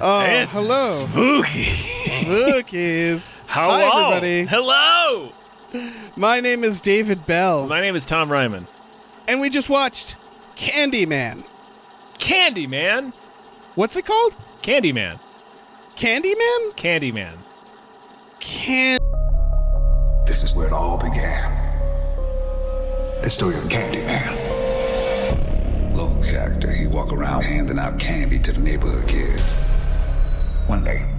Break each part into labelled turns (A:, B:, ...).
A: Oh,
B: It's
A: hello,
B: Spooky.
A: spookies.
B: Hello.
A: Hi, everybody.
B: Hello.
A: My name is David Bell,
B: My name is Tom Ryman.
A: and we just watched Candyman.
B: Candyman.
A: What's it called?
B: Candyman.
A: Candyman?
B: Candyman.
A: Can
C: This is where it all began. The story of Candyman. Local character, he walk around handing out candy to the neighborhood kids. One day,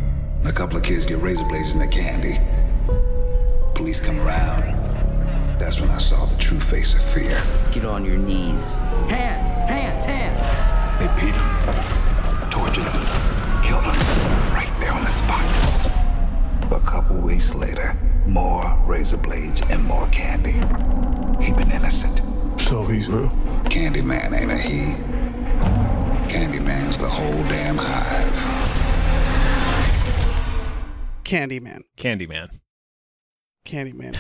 C: a couple of kids get razor blades in their candy. Police come around. That's when I saw the true face of fear.
D: Get on your knees. Hands, hands, hands.
C: They beat him, tortured him, killed him, right there on the spot. A couple weeks later, more razor blades and more candy. He'd been innocent.
E: So he's real.
C: Candyman ain't a he. Candyman's the whole damn hive.
A: Candyman?
B: Candyman.
A: Candyman.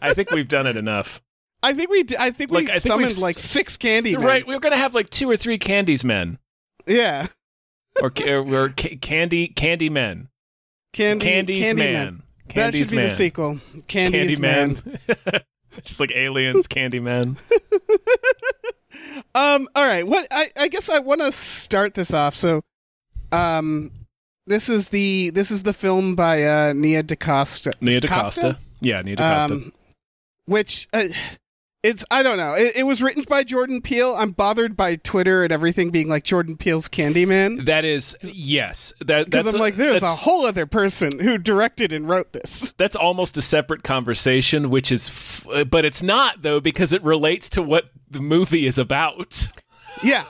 B: I think we've done it enough.
A: I think we. d- I think
B: Look,
A: we
B: I think
A: summoned
B: we've s-
A: like six Candymen.
B: You're right. We're gonna have like two or three candies men,
A: Yeah.
B: or ca- or, or ca- candy candy men,
A: Candy.
B: candies
A: Candyman.
B: man,
A: That should
B: Candies
A: be the
B: man.
A: sequel. Candy's
B: Candy
A: man.
B: man. Just like aliens, candy men.
A: Um. All right. What I I guess I want to start this off. So, um, this is the this is the film by uh, Nia DaCosta.
B: Nia DaCosta. Yeah, Nia DaCosta.
A: Um, which uh, it's I don't know. It, it was written by Jordan Peele. I'm bothered by Twitter and everything being like Jordan Peele's Candyman
B: that is yes. That
A: because
B: that's
A: I'm
B: a-
A: like, there's a
B: that's-
A: whole other person who directed and wrote this.
B: that's almost a separate conversation, which is, f- uh, but it's not though because it relates to what the movie is about.
A: Yeah,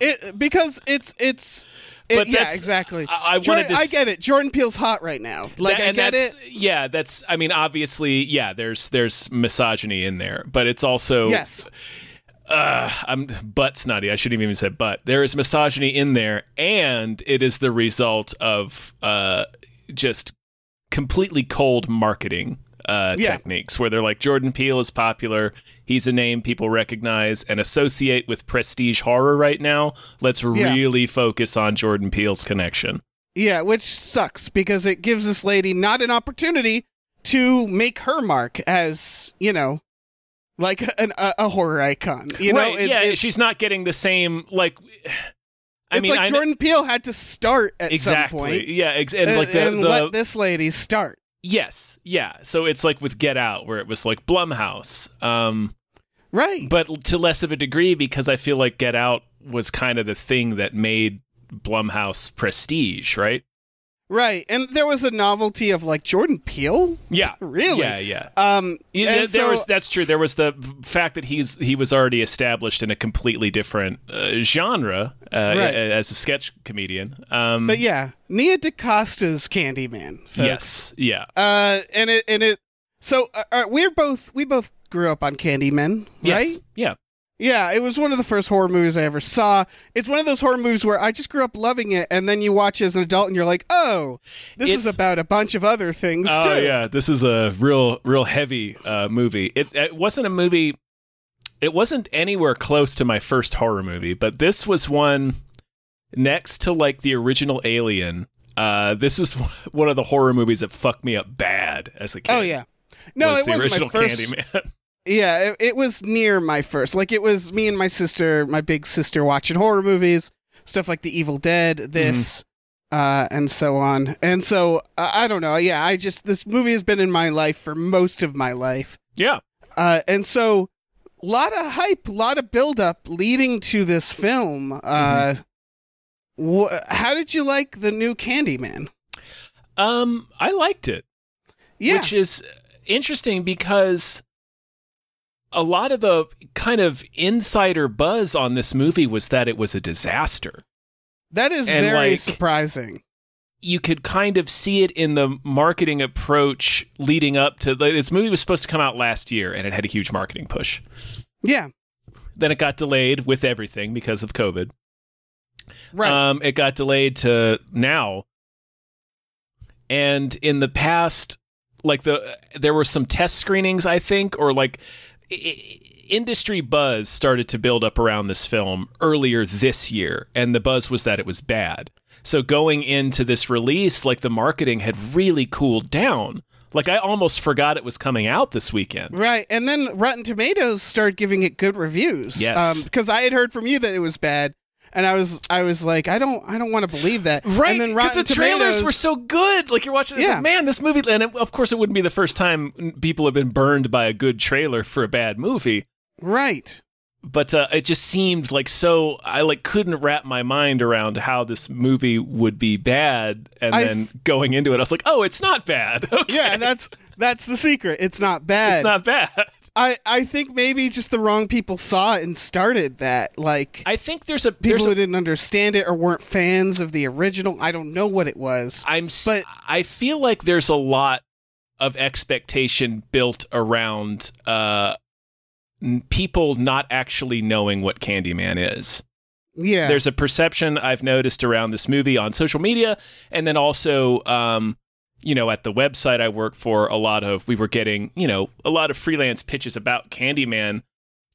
A: it, because it's it's. it-
B: But
A: yeah,
B: that's-
A: exactly.
B: I- I
A: Jor-
B: wanted to
A: I
B: s-
A: get it. Jordan Peele's hot right now. Like
B: That-
A: I
B: and
A: get
B: that's,
A: it.
B: Yeah, that's. I mean, obviously, yeah. There's there's misogyny in there, but it's also
A: Yes.
B: Uh, I'm butt snotty. I shouldn't even say butt. There is misogyny in there, and it is the result of uh, just completely cold marketing uh,
A: Yeah.
B: techniques, where they're like, Jordan Peele is popular. He's a name people recognize and associate with prestige horror right now. Let's
A: Yeah.
B: really focus on Jordan Peele's connection.
A: Yeah, which sucks because it gives this lady not an opportunity to make her mark as you know, like an, a, a horror icon. You
B: right,
A: know, it's,
B: yeah,
A: it's-
B: she's not getting the same like. I
A: it's
B: mean,
A: like
B: I kn-
A: Jordan Peele had to start at
B: exactly,
A: some point.
B: yeah, ex- and
A: uh,
B: like the,
A: and
B: the
A: let this lady start.
B: yes, yeah. So it's like with Get Out, where it was like Blumhouse, um,
A: Right.
B: but to less of a degree because I feel like Get Out was kind of the thing that made Blumhouse prestige, right?
A: right. And there was a novelty of like Jordan Peele?
B: Yeah,
A: really?
B: yeah, yeah.
A: Um
B: Yeah,
A: and
B: there, there
A: so-
B: was that's true. There was the f- fact that he's he was already established in a completely different uh, genre uh,
A: Right.
B: a- as a sketch comedian. Um,
A: but yeah, Nia DaCosta's Candyman. Folks.
B: yes, yeah,
A: Uh and it and it so uh, uh, we're both we both grew up on Candyman, right?
B: yes, yeah.
A: Yeah, it was one of the first horror movies I ever saw. It's one of those horror movies where I just grew up loving it, and then you watch it as an adult and you're like, oh, this is
B: It's-
A: about a bunch of other things
B: Oh
A: too.
B: yeah, this is a real, real heavy uh, movie. It, it wasn't a movie. It wasn't anywhere close to my first horror movie, but this was one next to like the original Alien. Uh, this is one of the horror movies that fucked me up bad as a kid.
A: Oh yeah. No,
B: was
A: it
B: the
A: wasn't
B: original
A: my first.
B: Candyman.
A: Yeah, it, it was near my first. Like it was me and my sister, my big sister, watching horror movies, stuff like The Evil Dead,
B: Mm-hmm.
A: this, uh, and so on. And so uh, I don't know. Yeah, I just this movie has been in my life for most of my life.
B: yeah,
A: Uh, and so, lot of hype, lot of buildup leading to this film. Uh,
B: Mm-hmm.
A: wh- how did you like the new Candyman?
B: um, I liked it.
A: Yeah,
B: which is interesting because a lot of the kind of insider buzz on this movie was that it was a disaster.
A: That is
B: And,
A: very
B: like-
A: surprising.
B: you could kind of see it in the marketing approach leading up to the, this movie was supposed to come out last year and it had a huge marketing push.
A: Yeah,
B: Then it got delayed with everything because of COVID.
A: right.
B: Um, it got delayed to now. And in the past, like the there were some test screenings, I think, or like i- i- industry buzz started to build up around this film earlier this year, and the buzz was that it was bad. So going into this release, like the marketing had really cooled down. Like I almost forgot it was coming out this weekend.
A: Right, and then Rotten Tomatoes started giving it good reviews.
B: Yes.
A: because I had heard from you that it was bad, and I was I was like, I don't I don't want to believe that.
B: Right,
A: and then
B: because
A: Rotten
B: the trailers
A: Tomatoes-
B: were so good. Like you're watching, it's
A: Yeah.
B: like, man, this movie. And it- of course, it wouldn't be the first time people have been burned by a good trailer for a bad movie.
A: right.
B: But uh, it just seemed like so. I like couldn't wrap my mind around how this movie would be bad. And
A: I
B: then
A: f-
B: going into it, I was like, oh, it's not bad. Okay.
A: Yeah, that's that's the secret. It's not bad.
B: it's not bad.
A: I I think maybe just the wrong people saw it and started that. Like
B: I think there's a there's
A: people
B: a
A: who didn't understand it or weren't fans of the original. I don't know what it was.
B: I'm s
A: But-
B: I feel like there's a lot of expectation built around uh n- people not actually knowing what Candyman is.
A: yeah,
B: There's a perception I've noticed around this movie on social media and then also um you know, at the website I work for, a lot of we were getting, you know, a lot of freelance pitches about Candyman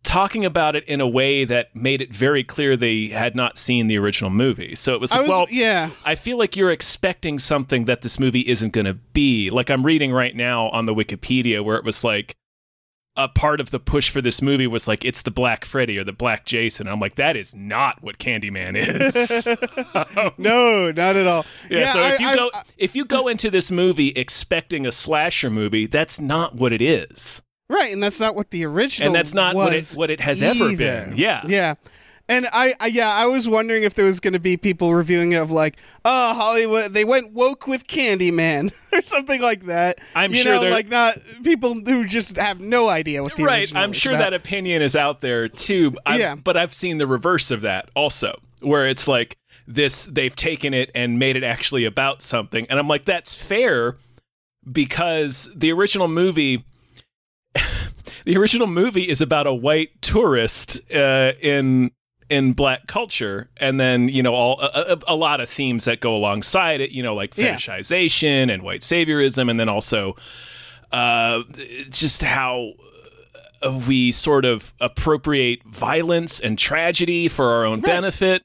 B: talking about it in a way that made it very clear they had not seen the original movie. So it was
A: I
B: like,
A: was
B: well,
A: yeah.
B: I feel like you're expecting something that this movie isn't going to be. Like I'm reading right now on the Wikipedia where it was like a part of the push for this movie was like it's the Black Freddy or the Black Jason. I'm like that is not what Candyman is.
A: No, not at all.
B: Yeah, so if
A: I-
B: you
A: I-
B: go if you go into this movie expecting a slasher movie, that's not what it is.
A: Right, and that's not what the original
B: And that's not what it
A: was
B: what it has ever
A: either.
B: been. Yeah.
A: Yeah. And I, I yeah, I was wondering if there was going to be people reviewing it of like, "Oh, Hollywood, they went woke with Candyman" or something like that.
B: I'm
A: you
B: sure
A: know,
B: there-
A: like not people who just have no idea what the
B: right
A: original
B: i'm
A: was
B: sure
A: about.
B: that opinion is out there too but I've-
A: Yeah.
B: but i've seen the reverse of that also where it's like this they've taken it and made it actually about something and i'm like that's fair because the original movie the original movie is about a white tourist uh, in in black culture and then you know all a, a, a lot of themes that go alongside it you know like
A: Yeah.
B: fetishization and white saviorism and then also uh, just how uh, we sort of appropriate violence and tragedy for our own benefit.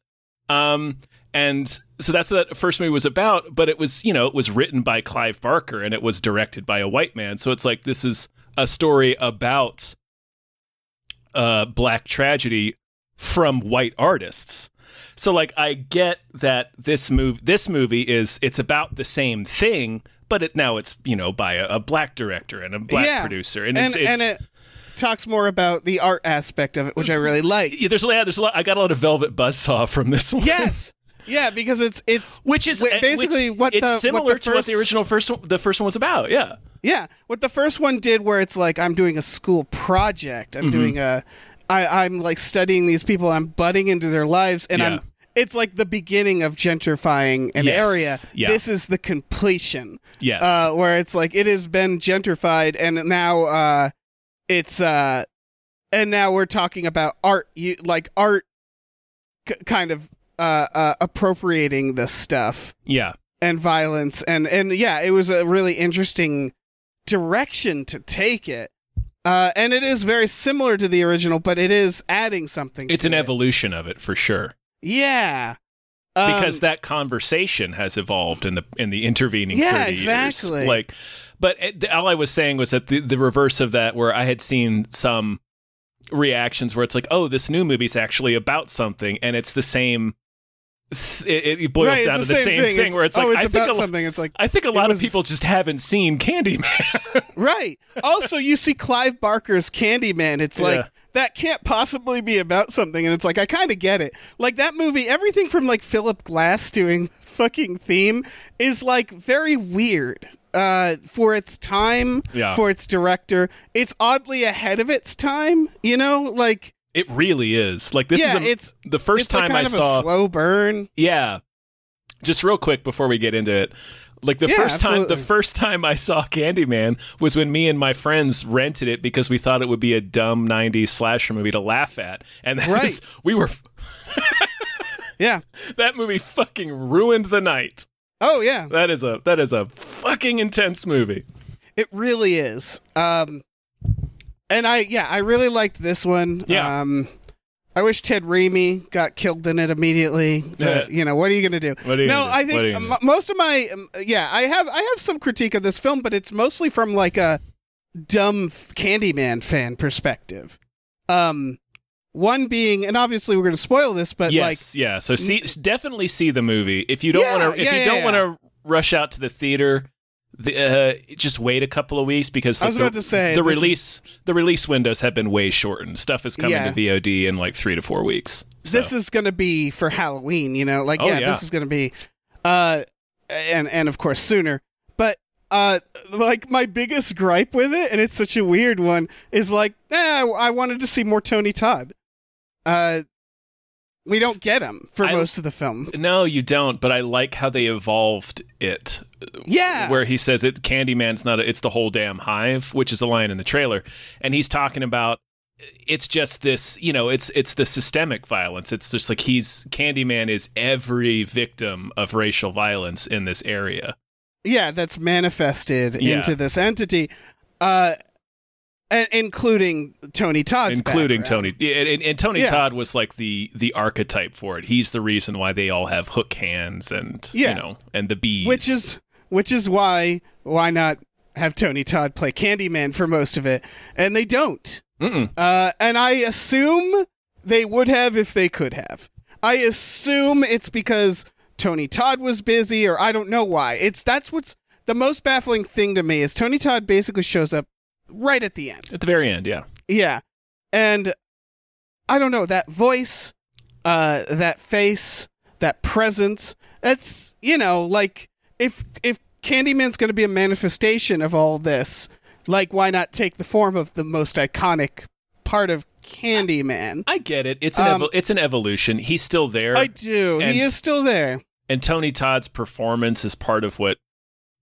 B: Um, and so that's what that first movie was about. But it was, you know, it was written by Clive Barker and it was directed by a white man. So it's like this is a story about uh, black tragedy from white artists. So like I get that this move this movie is it's about the same thing, but it now it's you know by a, a black director and a black
A: Yeah.
B: producer, and,
A: and,
B: it's, it's
A: and it talks more about the art aspect of it, which I really like.
B: yeah, there's a lot, there's a lot. I got a lot of Velvet Buzzsaw from this one.
A: yes. Yeah, because it's it's
B: Which is
A: Wait,
B: uh,
A: basically
B: which-
A: what
B: it's
A: the- what
B: similar
A: the
B: to what the
A: first-
B: original first one, the first one was about. Yeah,
A: Yeah, what the first one did, where it's like I'm doing a school project,
B: Mm-hmm.
A: I'm doing a, I, I'm like studying these people, I'm butting into their lives, and
B: Yeah.
A: I'm. It's like the beginning of gentrifying an
B: Yes,
A: area.
B: yeah.
A: This is the completion.
B: Yes.
A: Uh, where it's like it has been gentrified, and now uh, it's uh, and now we're talking about art, you, like art, k kind of uh, uh, appropriating this stuff
B: yeah,
A: and violence and and yeah it was a really interesting direction to take it uh and it is very similar to the original but it is adding something
B: it's
A: to
B: an
A: it.
B: evolution of it for sure
A: yeah Um,
B: because that conversation has evolved in the in the intervening
A: Yeah,
B: 30 years.
A: exactly.
B: Like, but it, all I was saying was that the, the reverse of that, where I had seen some reactions where it's like, oh, this new movie's actually about something, and it's the same. Th- it, it boils
A: right, it's
B: down to the same thing, where it's like
A: oh, it's
B: I
A: about
B: think a, lo-
A: something it's like
B: I think a lot
A: was-
B: of people just haven't seen Candyman.
A: right also you see clive barker's candyman it's like
B: Yeah.
A: that can't possibly be about something and it's like i kind of get it like that movie everything from like philip glass doing the fucking theme is like very weird uh for its time
B: Yeah.
A: for its director it's oddly ahead of its time you know like
B: it really is. Like this is
A: yeah
B: a,
A: it's
B: the first
A: it's like
B: time
A: kind
B: I
A: of
B: saw.
A: a slow burn
B: yeah, just real quick before we get into it. Like the
A: Yeah,
B: first time,
A: absolutely.
B: the first time I saw Candyman was when me and my friends rented it because we thought it would be a dumb '90s slasher movie to laugh at, and that
A: Right.
B: is- we were
A: Yeah.
B: that movie fucking ruined the night.
A: Oh yeah.
B: That is a that is a fucking intense movie.
A: It really is. Um and I yeah, I really liked this one.
B: Yeah.
A: Um I wish Ted Raimi got killed in it immediately. But,
B: Yeah.
A: you know, what are you going to do?
B: What are you
A: no,
B: gonna do?
A: I
B: What are you
A: think
B: gonna
A: mo- most of my um, yeah, I have I have some critique of this film, but it's mostly from like a dumb f- Candyman fan perspective. Um one being and obviously we're going to spoil this, but Uh, like
B: yes, yeah. So see, s- definitely see the movie if you don't
A: Yeah,
B: want to. If
A: yeah,
B: you
A: yeah,
B: don't
A: yeah.
B: want to rush out to the theater, the, uh, just wait a couple of weeks because
A: I was
B: the,
A: about to say,
B: the
A: this is-
B: release the release windows have been way shortened. Stuff is coming
A: Yeah.
B: to VOD in like three to four weeks. So,
A: this is going to be for Halloween, you know, like
B: Oh,
A: yeah,
B: yeah.
A: this is going to be, uh, and and of course sooner. But uh, like my biggest gripe with it, and it's such a weird one, is like, eh, I wanted to see more Tony Todd. Uh, we don't get him for
B: I-
A: most of the film.
B: no, you don't. But I like how they evolved it,
A: Yeah,
B: where he says it. Candyman's not. A, it's the whole damn hive, which is a line in the trailer, and he's talking about. It's just this, you know. It's it's the systemic violence. It's just like he's Candyman is every victim of racial violence in this area.
A: yeah, that's manifested
B: Yeah.
A: into this entity, uh, and, including Tony Todd,
B: including Tony. Yeah, And, and, and Tony
A: Yeah.
B: Todd was like the the archetype for it. He's the reason why they all have hook hands and
A: Yeah.
B: you know and the bees.
A: which is which is why why not have Tony Todd play Candyman for most of it, and they don't.
B: Mm-mm.
A: Uh, and I assume they would have if they could have. I assume it's because Tony Todd was busy, or I don't know why. It's that's what's the most baffling thing to me is Tony Todd basically shows up right at the end.
B: at the very end. Yeah,
A: Yeah. And I don't know, that voice, uh that face, that presence, that's you know, like if if Candyman's gonna be a manifestation of all this, like why not take the form of the most iconic part of Candyman?
B: I get it. It's an
A: Um,
B: evo- it's an evolution. He's still there,
A: I do.
B: And-
A: he is still there.
B: and Tony Todd's performance is part of what.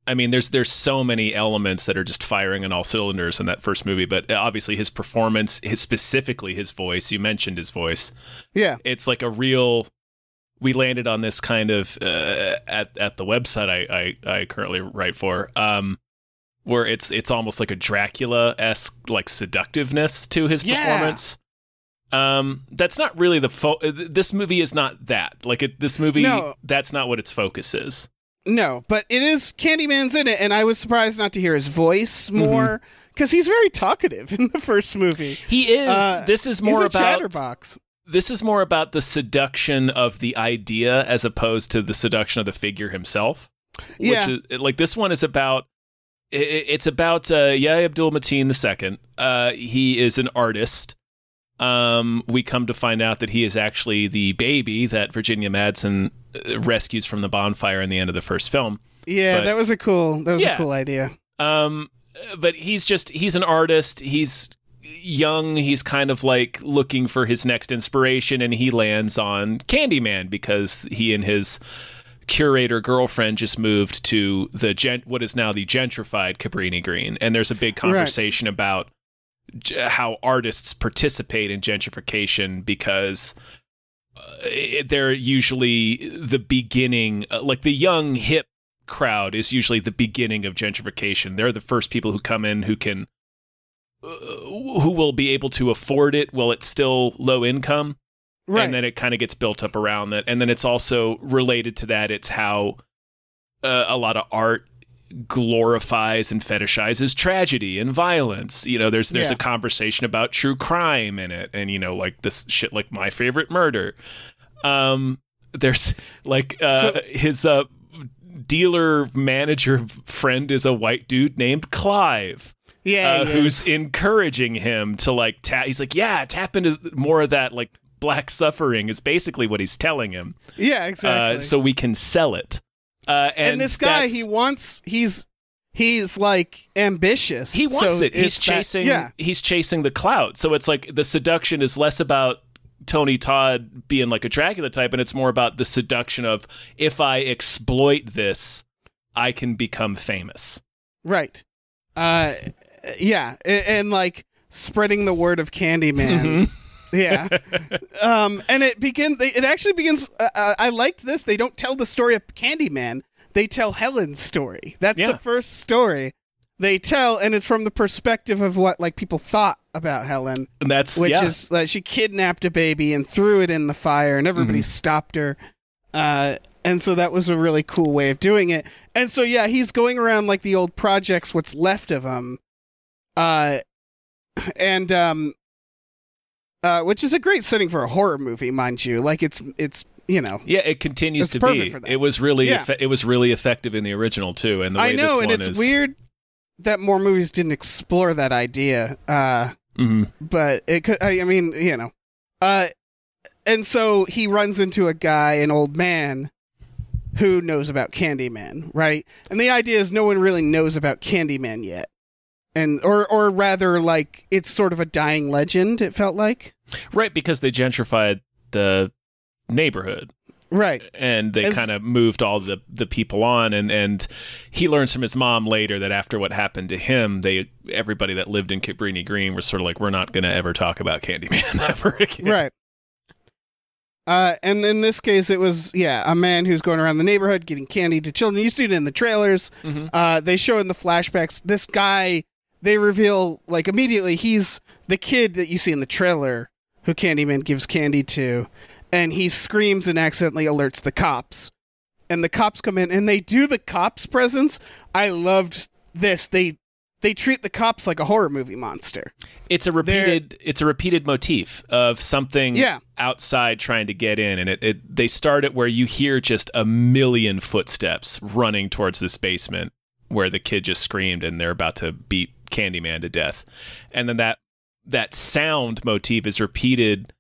B: I mean, there's there's so many elements that are just firing on all cylinders in that first movie, but obviously his performance, his specifically his voice. You mentioned his voice.
A: Yeah.
B: it's like a real we landed on this kind of uh, at at the website I, I I currently write for um where it's it's almost like a Dracula esque like seductiveness to his
A: Yeah.
B: performance. Um, that's not really the fo- uh, th- this movie is not that like it, this movie
A: No.
B: that's not what its focus is.
A: No, but it is Candyman's in it, and I was surprised not to hear his voice
B: Mm-hmm.
A: more because he's very talkative in the first movie.
B: He is.
A: Uh,
B: this is more
A: he's
B: about
A: a chatterbox.
B: this is more about the seduction of the idea as opposed to the seduction of the figure himself.
A: Yeah.
B: Which is, like this one is about i- i- it's about uh, Yahya Abdul Mateen II. Uh, he is an artist. Um, we come to find out that he is actually the baby that Virginia Madsen uh, rescues from the bonfire in the end of the first film.
A: Yeah,
B: But-
A: that was a cool that was
B: Yeah.
A: a cool idea.
B: Um, but he's just he's an artist. He's young. He's kind of like looking for his next inspiration, and he lands on Candyman because he and his curator girlfriend just moved to the gent what is now the gentrified Cabrini Green, and there's a big conversation about j- how artists participate in gentrification because uh, it- they're usually the beginning uh, like the young hip crowd is usually the beginning of gentrification they're the first people who come in who can uh, who will be able to afford it while it's still low income
A: Right.
B: and then uh, it kind of gets built up around that and then it's also related to that it's how uh, a lot of art glorifies and fetishizes tragedy and violence you know there's there's
A: Yeah.
B: a conversation about true crime in it and you know like this shit like my favorite murder um there's like uh
A: So-
B: his uh dealer manager friend is a white dude named clive
A: yeah,
B: uh,
A: yeah.
B: who's encouraging him to like tap. He's like, yeah, tap into more of that like black suffering is basically what he's telling him,
A: yeah, exactly.
B: uh, so we can sell it. Uh, and,
A: and, this guy,
B: that's-
A: he wants he's he's like ambitious.
B: he wants
A: so
B: it. He's
A: it's that-
B: chasing.
A: yeah,
B: He's chasing the clout. So it's like the seduction is less about Tony Todd being like a Dracula type, and it's more about the seduction of if I exploit this, I can become famous.
A: Right. Uh, yeah, a- and like spreading the word of
B: Mm-hmm.
A: Candyman. Yeah. um, and it begins. It actually begins. Uh, uh, I liked this. They don't tell the story of Candyman. They tell Helen's story. That's
B: Yeah.
A: the first story they tell, and it's from the perspective of what like people thought about Helen,
B: And that's
A: which
B: yeah.
A: is that she kidnapped a baby and threw it in the fire, and everybody
B: Mm-hmm.
A: stopped her. Uh, and so that was a really cool way of doing it. And so yeah, he's going around like the old projects, what's left of him, uh, and um, uh, which is a great setting for a horror movie, mind you. Like it's it's you know
B: yeah, it continues
A: It's
B: to
A: perfect
B: be.
A: for that.
B: It was really
A: Yeah.
B: effe- it was really effective in the original too, and the way
A: I know,
B: this
A: and
B: one
A: it's
B: is
A: weird that more movies didn't explore that idea. Uh,
B: Mhm.
A: but it could. I, I mean, you know, uh, and so he runs into a guy, an old man, who knows about Candyman, right? And the idea is no one really knows about Candyman yet, and or or rather, like it's sort of a dying legend. It felt like,
B: right because they gentrified the neighborhood
A: right?
B: and they
A: It's-
B: kind of moved all the the people on and and he learns from his mom later that after what happened to him they everybody that lived in Cabrini Green was sort of like we're not going to ever talk about Candyman ever again
A: Right. Uh, and in this case, it was yeah a man who's going around the neighborhood getting candy to children. You see it in the trailers. Uh, they show in the flashbacks this guy. They reveal like immediately he's the kid that you see in the trailer who Candyman gives candy to, and he screams and accidentally alerts the cops. And the cops come in and they do the cops presence. I loved this. They they treat the cops like a horror movie monster.
B: it's a repeated it's a repeated motif of something
A: Yeah.
B: outside trying to get in and it, it they start it where you hear just a million footsteps running towards this basement where the kid just screamed and they're about to beat Candyman to death and then that that sound motif is repeated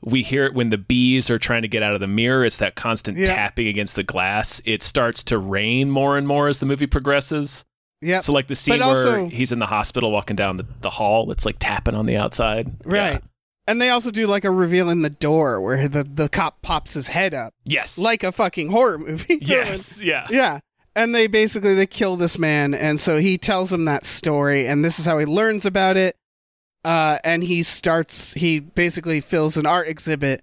B: we hear it when the bees are trying to get out of the mirror it's that constant
A: Yeah.
B: tapping against the glass it starts to rain more and more as the movie progresses
A: Yep.
B: so like the scene
A: But also-
B: where he's in the hospital walking down the, the hall, it's like tapping on the outside.
A: Right.
B: Yeah.
A: And they also do like a reveal in the door where the, the cop pops his head up
B: Yes.
A: like a fucking horror movie.
B: Yes. Yeah.
A: yeah. And they basically they kill this man and so he tells him that story and this is how he learns about it. Uh, and he starts he basically fills an art exhibit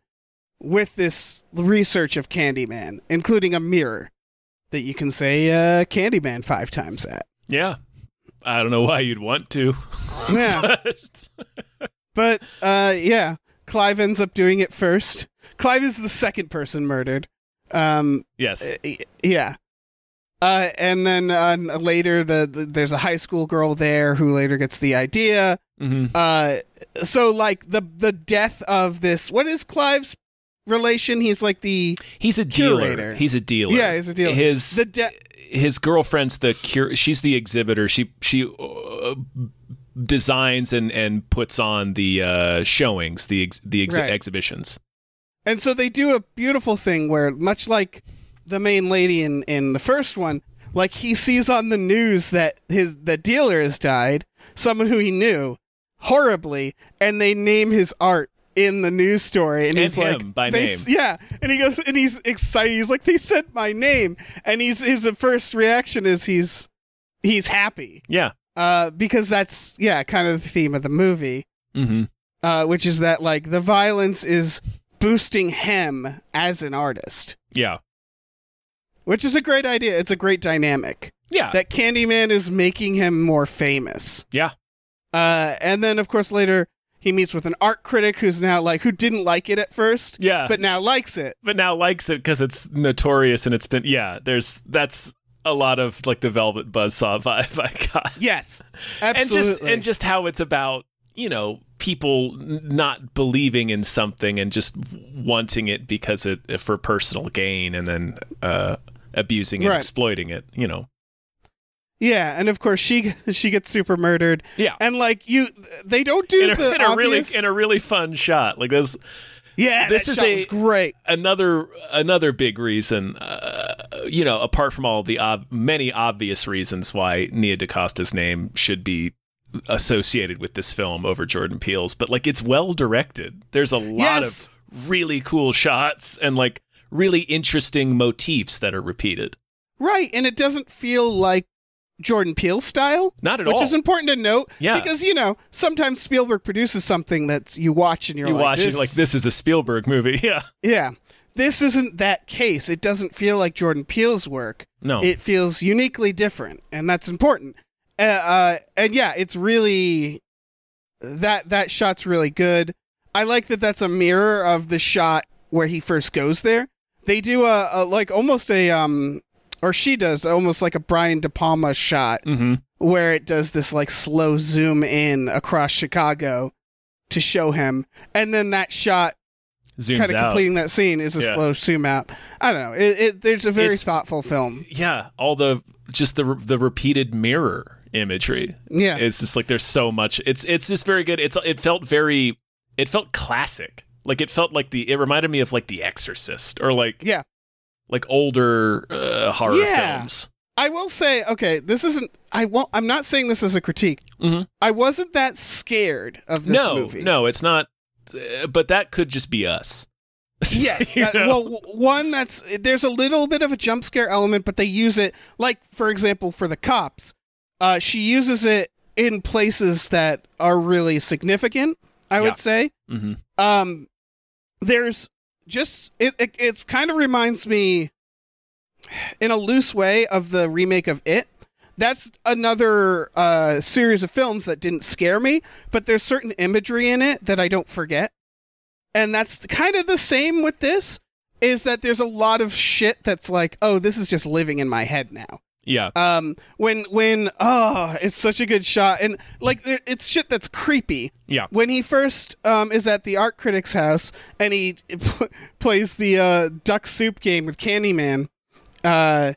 A: with this research of Candyman, including a mirror that you can say uh, Candyman five times at.
B: Yeah. I don't know why you'd want to.
A: Yeah.
B: but-
A: But uh, yeah, Clive ends up doing it first. Clive is the second person murdered. Um,
B: yes.
A: y- yeah. Uh, and then uh, later, the, the there's a high school girl there who later gets the idea.
B: hmm
A: Uh, so like the the death of this. What is Clive's relation? He's like the
B: He's a dealer.
A: Curator.
B: He's a dealer.
A: Yeah, he's a dealer.
B: His
A: the de-
B: his girlfriend's the cure. She's the exhibitor. She she uh, designs and and puts on the uh, showings, the ex- the exhi-
A: Right.
B: exhibitions.
A: And so they do a beautiful thing where, much like the main lady in, in the first one, like he sees on the news that his the dealer has died, someone who he knew horribly, and they name his art in the news story, and,
B: And
A: he's
B: him
A: like,
B: by
A: they,
B: name.
A: yeah, and he goes, and he's excited. He's like, they said my name, and he's his first reaction is he's he's happy,
B: Yeah.
A: uh, because that's yeah, kind of the theme of the movie
B: hmm
A: uh, which is that like the violence is boosting him as an artist,
B: Yeah.
A: which is a great idea. It's a great dynamic
B: Yeah.
A: that Candyman is making him more famous.
B: yeah.
A: Uh, and then of course later he meets with an art critic who's now like who didn't like it at first,
B: Yeah.
A: but now likes it.
B: but now likes it because it's notorious and it's been yeah there's that's a lot of like the velvet buzzsaw vibe i got
A: Yes,
B: and
A: absolutely.
B: just and just how it's about you know people n- not believing in something and just wanting it because it for personal gain and then uh abusing and
A: Right.
B: exploiting it you know
A: yeah, and of course she she gets super murdered.
B: Yeah.
A: and like you, they don't do
B: in a,
A: the
B: in a really
A: obvious-
B: in a really fun shot like this
A: yeah.
B: this
A: that
B: is
A: shot
B: a-
A: was great.
B: another another big reason, uh, you know, apart from all the ob- many obvious reasons why Nia DaCosta's name should be associated with this film over Jordan Peele's, but like it's well directed. There's a lot
A: Yes.
B: of really cool shots and like really interesting motifs that are repeated.
A: Right, and it doesn't feel like Jordan Peele style.
B: Not at
A: which
B: all.
A: is important to note.
B: Yeah.
A: Because, you know, sometimes Spielberg produces something that you watch and you're
B: you
A: like,
B: watch it
A: this,
B: like this is a Spielberg movie. Yeah.
A: Yeah. This isn't that case. It doesn't feel like Jordan Peele's work.
B: No.
A: It feels uniquely different, and that's important. Uh, uh, and yeah, it's really that that shot's really good. I like that that's a mirror of the shot where he first goes there. They do a, a like almost a um or she does almost like a Brian De Palma shot
B: mm-hmm.
A: where it does this like slow zoom in across Chicago to show him, and then that shot
B: Zooms
A: kind of
B: out.
A: completing that scene is a
B: Yeah.
A: slow zoom out. I don't know. It, it there's a very
B: It's-
A: thoughtful film.
B: yeah, all the just the the repeated mirror imagery.
A: Yeah.
B: It's just like there's so much. It's it's just very good. It's it felt very it felt classic. Like it felt like the it reminded me of like The Exorcist or like
A: Yeah.
B: like older uh, horror
A: Yeah.
B: films.
A: I will say, okay, this isn't. I won't. I'm not saying this as a critique.
B: Mhm.
A: I wasn't that scared of this
B: no,
A: movie.
B: no, it's not. uh, But that could just be us.
A: Yes.
B: You
A: that-
B: know?
A: well, w- one that's there's a little bit of a jump scare element, but they use it like, for example, for the cops. Uh, she uses it in places that are really significant. I
B: Yeah.
A: would say.
B: Mhm.
A: Um, there's just it. It it's kind of reminds me, in a loose way, of the remake of It. That's another uh, series of films that didn't scare me, but there's certain imagery in it that I don't forget and that's kind of the same with this is that there's a lot of shit that's like oh this is just living in my head now
B: Yeah,
A: um when when oh it's such a good shot and like there- it's shit that's creepy
B: yeah,
A: when he first um, is at the art critic's house and he plays the uh, duck soup game with Candyman, uh,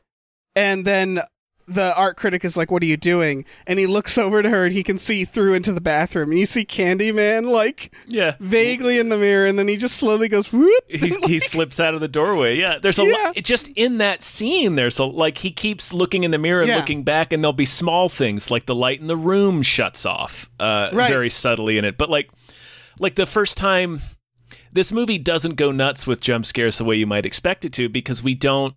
A: and then the art critic is like, "What are you doing?" And he looks over to her and he can see through into the bathroom. And you see Candyman like
B: yeah.
A: vaguely in the mirror, and then he just slowly goes whoop.
B: he, he slips out of the doorway. Yeah, there's a
A: Yeah.
B: lot. Just in that scene, there's a like he keeps looking in the mirror and
A: Yeah.
B: looking back, and there'll be small things like the light in the room shuts off, uh,
A: Right.
B: very subtly in it. But like, like the first time, this movie doesn't go nuts with jump scares the way you might expect it to because we don't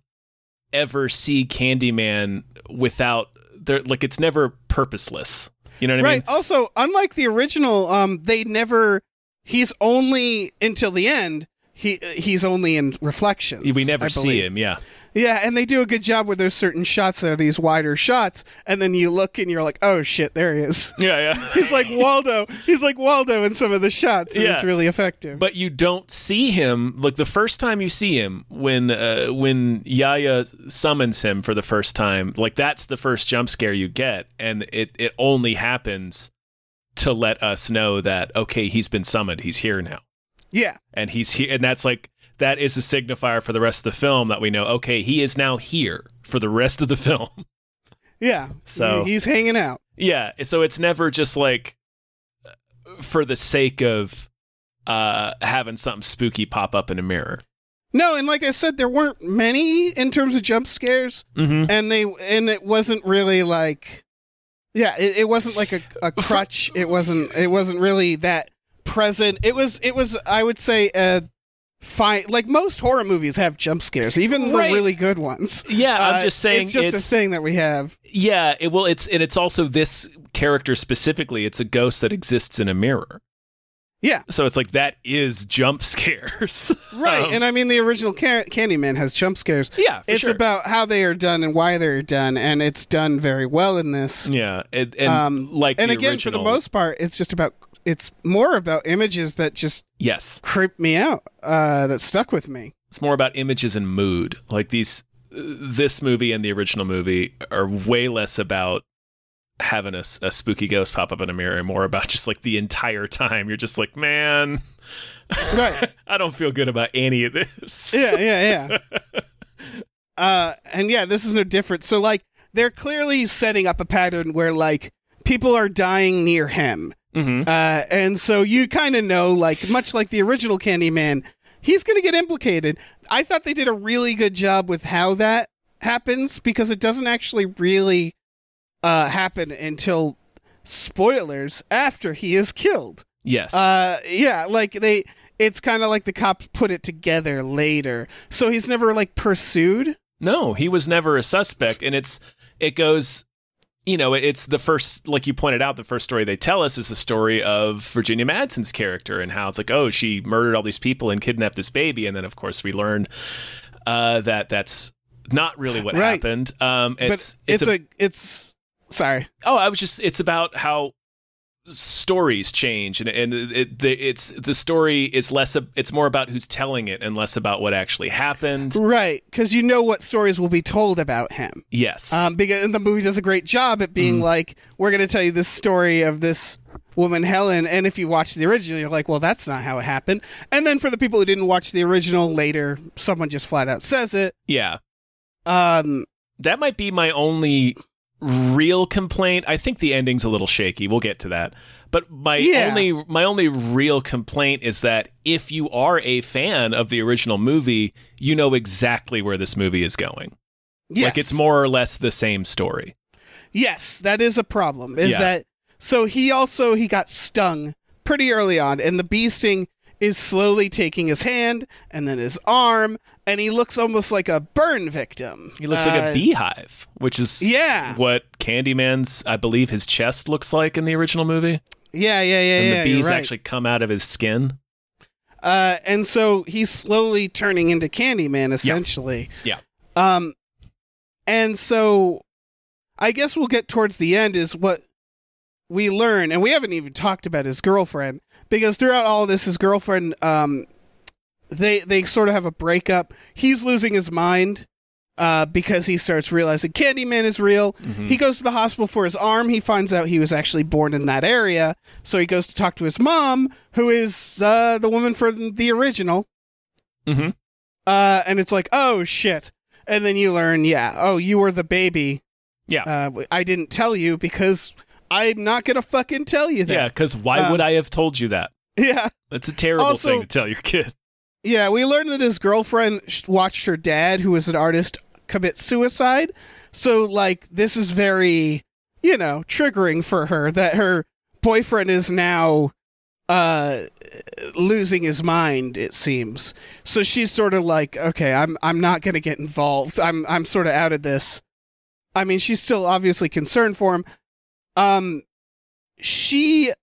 B: ever see Candyman without there. Like it's never purposeless. You know what I
A: right.
B: mean?
A: Also, unlike the original, um, they never. He's only until the end. He he's only in reflections.
B: We never
A: I
B: see
A: believe.
B: him. Yeah.
A: Yeah, and they do a good job where there's certain shots that are these wider shots, and then you look and you're like, oh shit, there he is.
B: Yeah. Yeah.
A: He's like Waldo. He's like Waldo in some of the shots, and it's
B: Yeah.
A: really effective.
B: But you don't see him. Like the first time you see him, when uh, when Yaya summons him for the first time, like that's the first jump scare you get, and it it only happens to let us know that okay, he's been summoned, he's here now,
A: yeah,
B: and he's here, and that's like that is a signifier for the rest of the film that we know okay, he is now here for the rest of the film.
A: yeah.
B: So-
A: he's hanging out.
B: Yeah, so it's never just like for the sake of uh having something spooky pop up in a mirror.
A: No, and like I said, there weren't many in terms of jump scares,
B: Mhm.
A: and they and it wasn't really like, yeah, it, it wasn't like a, a crutch. It wasn't. It wasn't really that present. It was. It was. I would say. Uh, Fine, like most horror movies have jump scares, even the
B: Right.
A: really good ones.
B: Yeah, I'm
A: Uh,
B: just saying
A: it's just a thing that we have.
B: Yeah, it, well, it's and it's also this character specifically. It's a ghost that exists in a mirror,
A: Yeah,
B: so it's like that is jump scares.
A: right.
B: Um,
A: and I mean, the original Ca- Candyman has jump scares.
B: yeah, for
A: it's
B: sure.
A: about how they are done and why they're done, and it's done very well in this.
B: yeah, and, and
A: um,
B: like
A: and
B: the
A: again, for the
B: original-
A: most part, it's just about it's more about images that just
B: yes,
A: creep me out, uh, that stuck with me.
B: it's more about images and mood. Like these, this movie and the original movie are way less about having a, s- a spooky ghost pop up in a mirror, and more about just like the entire time you're just like, man,
A: Right?
B: I don't feel good about any of this.
A: yeah, yeah, yeah. Uh, and yeah, this is no different. So like, they're clearly setting up a pattern where like people are dying near him.
B: hmm
A: Uh, and so you kind of know, like, much like the original Candyman, he's going to get implicated. I thought they did a really good job with how that happens because it doesn't actually really uh, happen until spoilers after he is killed.
B: Yes.
A: Uh, yeah, like they, it's kind of like the cop put it together later. So he's never like pursued.
B: No, he was never a suspect, and it's it goes, you know, it's the first like you pointed out, the first story they tell us is the story of Virginia Madsen's character and how it's like, oh, she murdered all these people and kidnapped this baby, and then of course we learn uh, that that's not really what
A: Right.
B: happened. Um,
A: But
B: it's
A: it's, a, it's sorry.
B: Oh, I was just. It's about how stories change, and and it, the it's the story is less. ab- It's more about who's telling it, and less about what actually happened.
A: Right, because you know what stories will be told about him.
B: Yes.
A: Um, because and the movie does a great job at being like, we're going to tell you this story of this woman Helen, and if you watch the original, you're like, well, that's not how it happened. And then for the people who didn't watch the original, later someone just flat out says it.
B: yeah.
A: Um,
B: That might be my only real complaint. I think the ending's a little shaky. We'll get to that. But my
A: Yeah.
B: only my only real complaint is that if you are a fan of the original movie, you know exactly where this movie is going.
A: yes,
B: Like it's more or less the same story.
A: yes, that is a problem. Is
B: Yeah.
A: that so? He also he got stung pretty early on, and the bee sting is slowly taking his hand and then his arm, and he looks almost like a burn victim.
B: He looks like
A: Uh,
B: a beehive, which is
A: Yeah.
B: what Candyman's, I believe, his chest looks like in the original movie,
A: Yeah, yeah, yeah,
B: and the
A: yeah.
B: bees
A: you're right.
B: actually come out of his skin.
A: Uh, and so he's slowly turning into Candyman, essentially.
B: Yeah.
A: Um, and so I guess we'll get towards the end is what we learn, and we haven't even talked about his girlfriend because throughout all this, his girlfriend, um, they they sort of have a breakup. He's losing his mind. Uh, because he starts realizing Candyman is real. He goes to the hospital for his arm. He finds out he was actually born in that area. So he goes to talk to his mom, who is uh, the woman from the original.
B: Mm-hmm.
A: Uh, and it's like, oh shit. And then you learn, yeah, oh, you were the baby.
B: Yeah.
A: Uh, w- I didn't tell you because I'm not going to fucking tell you
B: yeah,
A: that.
B: because why
A: Um,
B: would I have told you that?
A: Yeah. Yeah.
B: That's a terrible
A: Also-
B: thing to tell your kid.
A: Yeah, we learned that his girlfriend sh- watched her dad, who was an artist, commit suicide. So, like, this is very, you know, triggering for her that her boyfriend is now uh losing his mind it seems so she's sort of like okay i'm i'm not going to get involved i'm i'm sort of out of this i mean she's still obviously concerned for him um she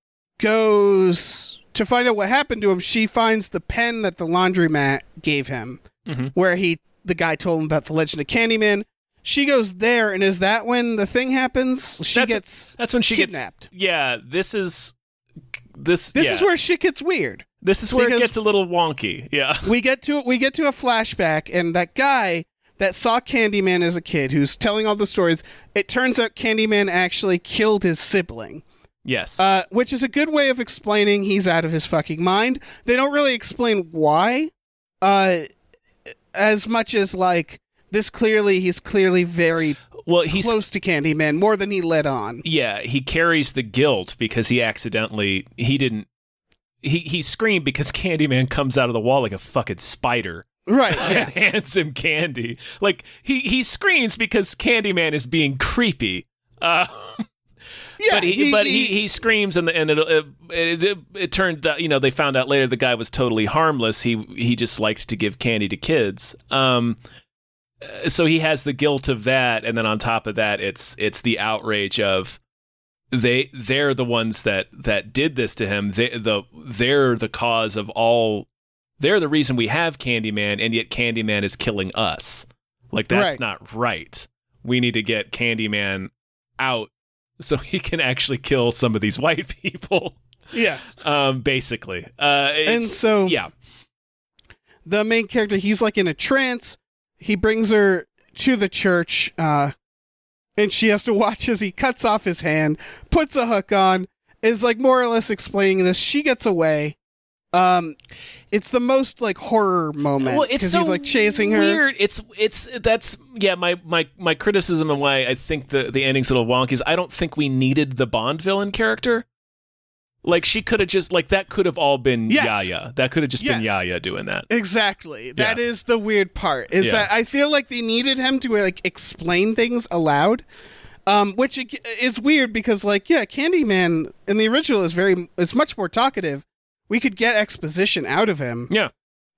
A: goes to find out what happened to him. She finds the pen that the laundromat gave him,
B: Mhm.
A: where he the guy told him about the legend of Candyman. She goes there, and is that when the thing happens? She
B: That's-
A: gets
B: That's when she
A: Kidnapped.
B: gets Yeah, this is this.
A: this
B: yeah.
A: is where shit gets weird.
B: this is where
A: because-
B: it gets a little wonky. Yeah,
A: We get to we get to a flashback, and that guy that saw Candyman as a kid, who's telling all the stories. It turns out Candyman actually killed his sibling.
B: yes.
A: uh, which is a good way of explaining he's out of his fucking mind. They don't really explain why, uh, as much as like this. Clearly, he's clearly very
B: well, he's
A: close to Candyman more than he let on.
B: yeah he carries the guilt because he accidentally he didn't. He, he screamed because Candyman comes out of the wall like a fucking spider.
A: Right?
B: and
A: Yeah.
B: hands him candy. Like he he screams because Candyman is being creepy. Uh,
A: yeah
B: but he, but he, he screams and the, and it, it, it it turned out you know they found out later the guy was totally harmless. He he just liked to give candy to kids. Um, uh, so he has the guilt of that, and then on top of that, it's it's the outrage of they they're the ones that that did this to him. They the they're the cause of all. They're the reason we have Candyman, and yet Candyman is killing us. Like that's
A: Right.
B: not right. We need to get Candyman out so he can actually kill some of these white people.
A: yes.
B: Um, basically, uh, it's,
A: And so
B: yeah,
A: the main character, he's like in a trance. He brings her to the church, uh, and she has to watch as he cuts off his hand, puts a hook on, is like more or less explaining this. She gets away. Um, it's the most like horror moment
B: Well, it's so
A: he's like chasing her.
B: Weird. It's it's that's yeah. My my my criticism and why I think the the ending's a little wonky is I don't think we needed the Bond villain character. Like she could have just like that could have all been
A: Yes.
B: Yaya. That could have just been
A: Yes.
B: Yaya doing that.
A: Exactly. That
B: Yeah.
A: is the weird part. Is
B: Yeah.
A: that I feel like they needed him to like explain things aloud, um, which ag- is weird because like yeah, Candyman in the original is very is much more talkative, we could get exposition out of him.
B: Yeah.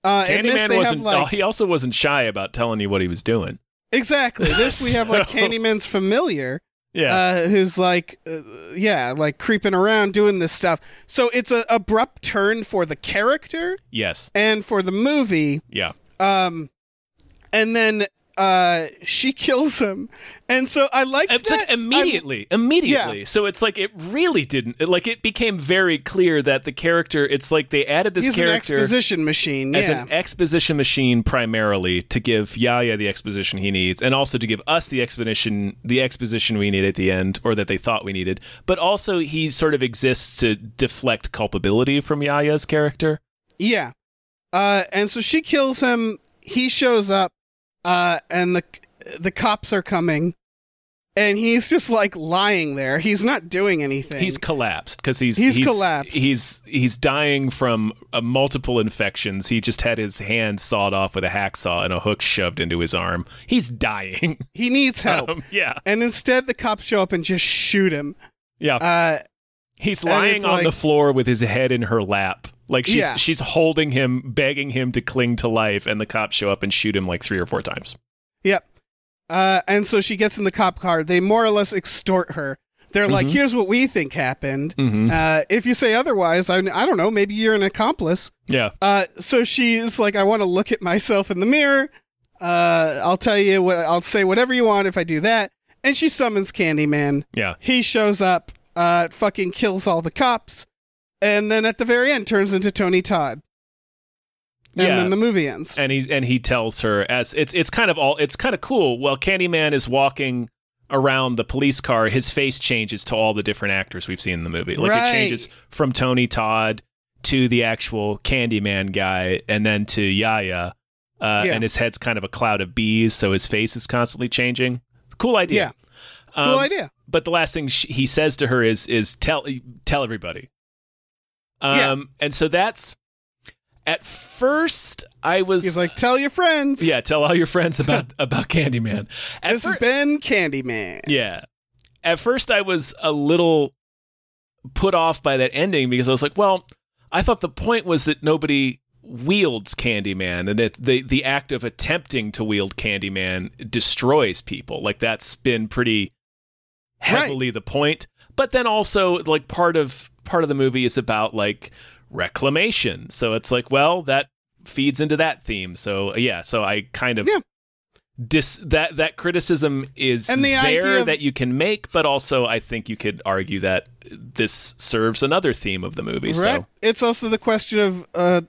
A: Uh, and this
B: Candyman
A: they
B: wasn't.
A: have like
B: oh, he also wasn't shy about telling you what he was doing.
A: exactly this we have like
B: So-
A: Candyman's familiar,
B: Yeah.
A: uh, who's like, uh, yeah, like creeping around doing this stuff. So it's a abrupt turn for the character
B: yes.
A: and for the movie.
B: Yeah.
A: Um, and then uh, she kills him, and so I liked
B: It's
A: that
B: like
A: I-
B: immediately, immediately. So it's like it really didn't. it- like it became very clear that the character. It's like they added this
A: he's an
B: character
A: exposition machine.
B: as
A: Yeah,
B: an exposition machine primarily to give Yaya the exposition he needs, and also to give us the exposition the exposition we need at the end, or that they thought we needed. But also, he sort of exists to deflect culpability from Yaya's character.
A: yeah. Uh, and so she kills him. He shows up, uh, and the the cops are coming. And he's just like lying there. He's not doing anything.
B: He's collapsed because he's,
A: He's collapsed.
B: He's he's dying from uh, multiple infections. He just had his hand sawed off with a hacksaw and a hook shoved into his arm. He's dying.
A: he needs help.
B: Um, yeah,
A: And instead, the cops show up and just shoot him.
B: yeah.
A: Uh,
B: He's
A: And
B: lying
A: it's
B: on the
A: like-
B: floor with his head in her lap. Like she's
A: Yeah.
B: she's holding him, begging him to cling to life, and the cops show up and shoot him like three or four times.
A: yep. Uh, and so she gets in the cop car. They more or less extort her. They're like,
B: Mm-hmm.
A: here's what we think happened.
B: Mhm.
A: Uh, if you say otherwise, I, I don't know, maybe you're an accomplice.
B: Yeah.
A: Uh, so she's like, I want to look at myself in the mirror. Uh, I'll tell you what, I'll say whatever you want if I do that. And she summons Candyman.
B: Yeah.
A: He shows up, uh, fucking kills all the cops. And then at the very end, turns into Tony Todd. And
B: Yeah.
A: then the movie ends.
B: And he and he tells her as it's it's kind of all it's kind of cool. While Candyman is walking around the police car, his face changes to all the different actors we've seen in the movie. Like it
A: Right.
B: changes from Tony Todd to the actual Candyman guy, and then to Yaya. Uh,
A: Yeah.
B: And his head's kind of a cloud of bees, so his face is constantly changing. Cool idea. Yeah.
A: cool idea.
B: Um, but the last thing sh he says to her is is tell tell everybody. Um
A: Yeah.
B: and so that's at first I was
A: He's like, tell your friends.
B: yeah, tell all your friends about about Candyman. At
A: This
B: fir-
A: has been Candyman.
B: yeah. At first I was a little put off by that ending because I was like, well, I thought the point was that nobody wields Candyman and that the the act of attempting to wield Candyman destroys people. Like that's been pretty heavily the point. But then also like part of part of the movie is about like reclamation. So it's like, well, that feeds into that theme. So uh, yeah, so I kind of
A: Yeah.
B: dis that that criticism is
A: And the idea
B: there
A: of-
B: that you can make, but also I think you could argue that this serves another theme of the movie.
A: Right?
B: So
A: It's also the question of uh,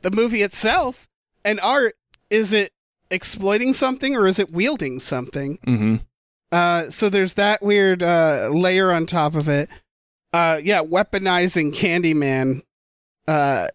A: the movie itself and art. Is it exploiting something or is it wielding something?
B: hmm
A: Uh, so there's that weird uh, layer on top of it. Uh, yeah, weaponizing Candyman uh,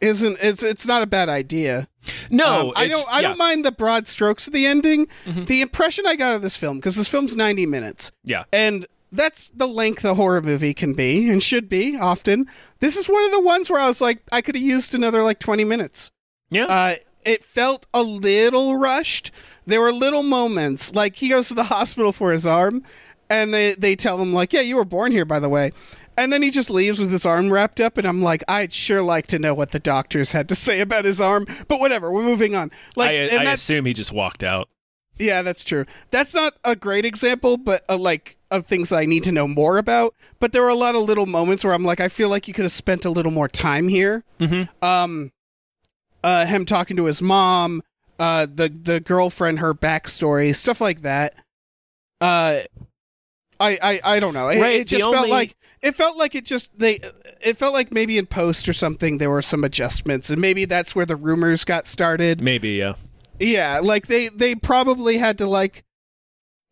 A: isn't it's it's not a bad idea.
B: no,
A: Um, I
B: Oh, it's-
A: don't I
B: yeah, Mm-hmm.
A: don't mind the broad strokes of the ending. The impression I got of this film because this film's 90 minutes.
B: yeah,
A: And that's the length a horror movie can be and should be often. This is one of the ones where I was like, I could have used another like 20 minutes.
B: yeah,
A: Uh, it felt a little rushed. There were little moments, like he goes to the hospital for his arm, and they, they tell him, like, yeah, you were born here, by the way. And then he just leaves with his arm wrapped up, and I'm like, I'd sure like to know what the doctors had to say about his arm, but whatever, we're moving on. Like,
B: I,
A: and
B: I
A: that's
B: assume he just walked out.
A: yeah, that's true. That's not a great example, but uh, like of things I need to know more about. But there were a lot of little moments where I'm like, I feel like you could have spent a little more time here. Um, uh, him talking to his mom, uh, the the girlfriend, her backstory, stuff like that. Uh, I I, I don't know. It,
B: Right,
A: it just
B: the
A: felt
B: only-
A: like it felt like it just they. It felt like maybe in post or something there were some adjustments, and maybe that's where the rumors got started.
B: Maybe, yeah,
A: Yeah, like they they probably had to like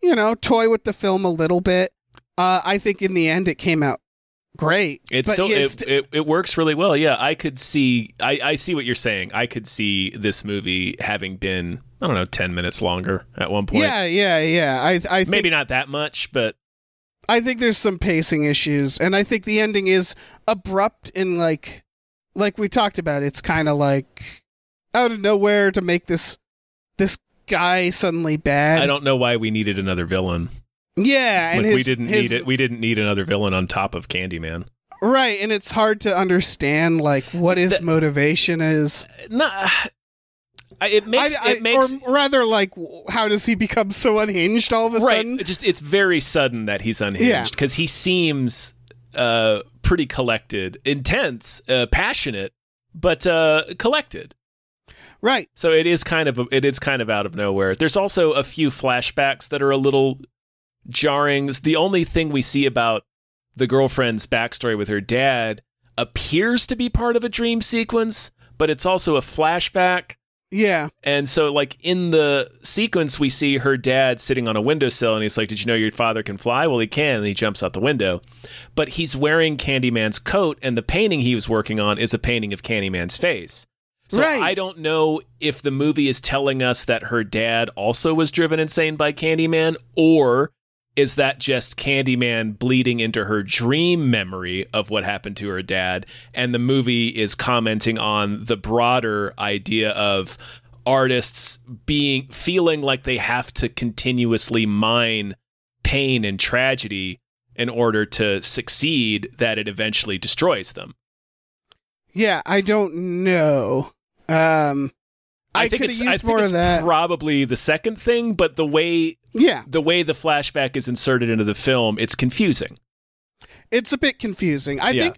A: you know, toy with the film a little bit. Uh I think in the end it came out great.
B: it
A: But
B: still
A: yeah,
B: it,
A: st-
B: it it works really well. Yeah, I could see, I I see what you're saying. I could see this movie having been, I don't know, ten minutes longer at one point.
A: yeah, yeah, yeah. I I think,
B: maybe not that much, but
A: I think there's some pacing issues and I think the ending is abrupt and like like we talked about it's kind of like out of nowhere to make this this guy suddenly bad.
B: I don't know why we needed another villain.
A: Yeah, and
B: Like
A: his-
B: we didn't
A: his-
B: need it. We didn't need another villain on top of Candyman.
A: right, and it's hard to understand like what his
B: That-
A: motivation is.
B: No, I- it makes
A: I- I-
B: it makes
A: or rather like w- how does he become so unhinged all of a
B: right.
A: sudden?
B: Just it's very sudden that he's
A: Yeah.
B: unhinged because he seems uh, pretty collected, intense, uh, passionate, but uh, collected.
A: Right.
B: So it is kind of it is kind of out of nowhere. There's also a few flashbacks that are a little jarring. The only thing we see about the girlfriend's backstory with her dad appears to be part of a dream sequence, but it's also a flashback.
A: Yeah.
B: And so, like in the sequence, we see her dad sitting on a windowsill, and he's like, "Did you know your father can fly?" Well, he can, and he jumps out the window. But he's wearing Candyman's coat, and the painting he was working on is a painting of Candyman's face. So
A: Right.
B: I don't know if the movie is telling us that her dad also was driven insane by Candyman, or is that just Candyman bleeding into her dream memory of what happened to her dad? And the movie is commenting on the broader idea of artists being feeling like they have to continuously mine pain and tragedy in order to succeed that it eventually destroys them.
A: Yeah, I don't know. Um I,
B: think
A: could
B: it's,
A: have
B: I
A: used
B: think
A: more
B: it's
A: of that.
B: probably the second thing, but the way
A: yeah.
B: the way the flashback is inserted into the film, it's confusing.
A: It's a bit confusing. I
B: Yeah.
A: think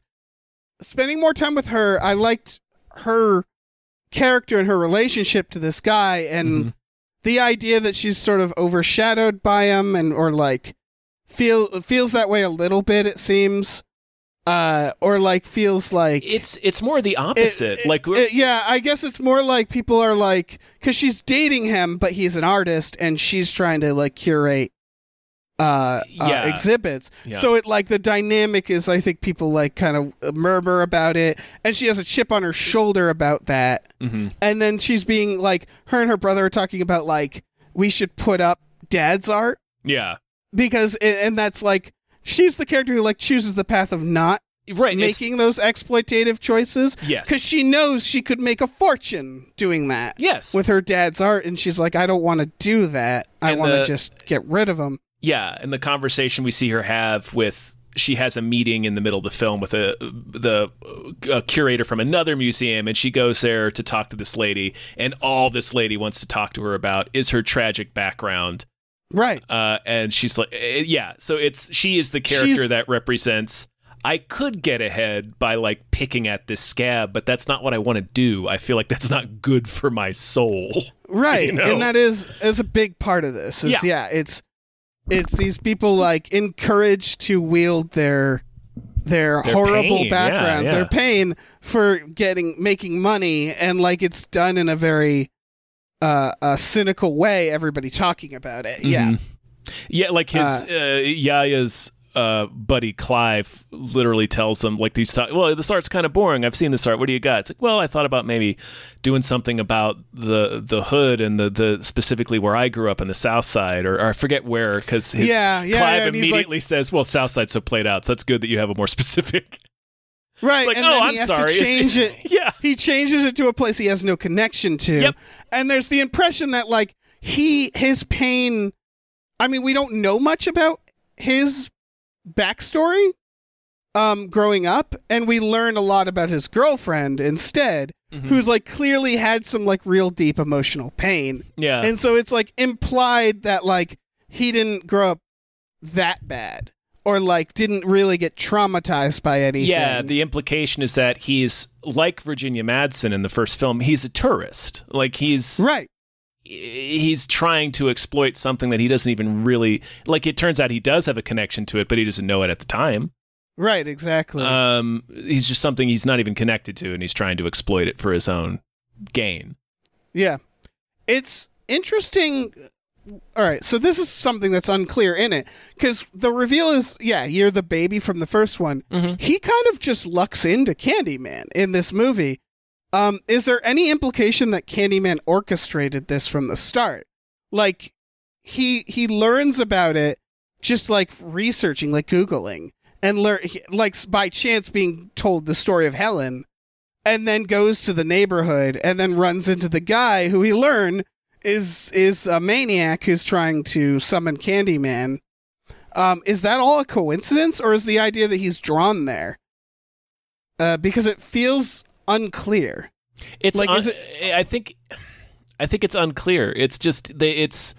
A: spending more time with her, I liked her character and her relationship to this guy and
B: Mhm.
A: the idea that she's sort of overshadowed by him and or like feel feels that way a little bit it seems uh or like feels like
B: It's it's more the
A: it-
B: opposite.
A: it-
B: like we're,
A: it- yeah i guess it's more like people are like because she's dating him but he's an artist and she's trying to like curate uh, uh
B: Yeah.
A: exhibits
B: Yeah.
A: so it like the dynamic is i think people like kind of uh, murmur about it and she has a chip on her shoulder about that
B: Mhm.
A: and then she's being like her and her brother are talking about like we should put up dad's art
B: yeah.
A: because and and that's like she's the character who like chooses the path of not
B: Right. it's-
A: making those exploitative choices
B: Yes.
A: because she knows she could make a fortune doing that
B: yes.
A: with her dad's art and she's like i don't want to do that i
B: And
A: want to
B: the-
A: just get rid of him
B: Yeah, and the conversation we see her have with she has a meeting in the middle of the film with a the a curator from another museum, and she goes there to talk to this lady, and all this lady wants to talk to her about is her tragic background.
A: right
B: Uh, and she's like, eh, yeah, so it's she is the character
A: She's-
B: that represents. I could get ahead by like picking at this scab, but that's not what I want to do. I feel like that's not good for my soul.
A: right
B: You know?
A: and that is is a big part of this is, yeah. it's it's these people like encouraged to wield their their,
B: Their
A: horrible
B: pain, yeah,
A: backgrounds
B: yeah.
A: their pain for getting making money and like it's done in a very uh a cynical way everybody talking about it yeah
B: Mhm. Yeah, like his uh, Yaya's uh, buddy Clive literally tells him like these. Well, this art's kind of boring. I've seen this art. What do you got? It's like, well, I thought about maybe doing something about the the hood and the the specifically where I grew up in the South Side, or, or I forget where because
A: Yeah, yeah,
B: Clive
A: yeah, and he's like-
B: immediately says, "Well, South Side's so played out, so that's good that you have a more specific." It's
A: right
B: like,
A: and
B: oh,
A: then
B: I'm
A: he has
B: sorry.
A: to
B: It's-
A: change it
B: yeah,
A: he changes it to a place he has no connection to
B: Yep.
A: and there's the impression that like he his pain i mean we don't know much about his backstory um growing up and we learn a lot about his girlfriend instead
B: Mm-hmm.
A: who's like clearly had some like real deep emotional pain
B: yeah,
A: and so it's like implied that like he didn't grow up that bad or like didn't really get traumatized by anything
B: Yeah, the implication is that he's like Virginia Madsen in the first film. He's a tourist. Like he's
A: right
B: he's trying to exploit something that he doesn't even really like. It turns out he does have a connection to it, but he doesn't know it at the time.
A: right exactly
B: Um, he's just something he's not even connected to, and he's trying to exploit it for his own gain.
A: Yeah. It's interesting. All right, so this is something that's unclear in it because the reveal is yeah, you're the baby from the first one. He kind of just lucks into Candyman in this movie. Um, is there any implication that Candyman orchestrated this from the start? Like he he learns about it just like researching, like googling, and learn like by chance being told the story of Helen and then goes to the neighborhood and then runs into the guy who we learn is is a maniac who's trying to summon Candyman. Um, is that all a coincidence, or is the idea that he's drawn there uh, because it feels unclear.
B: It's
A: Like,
B: un-
A: is
B: I think I think it's unclear. It's just they it's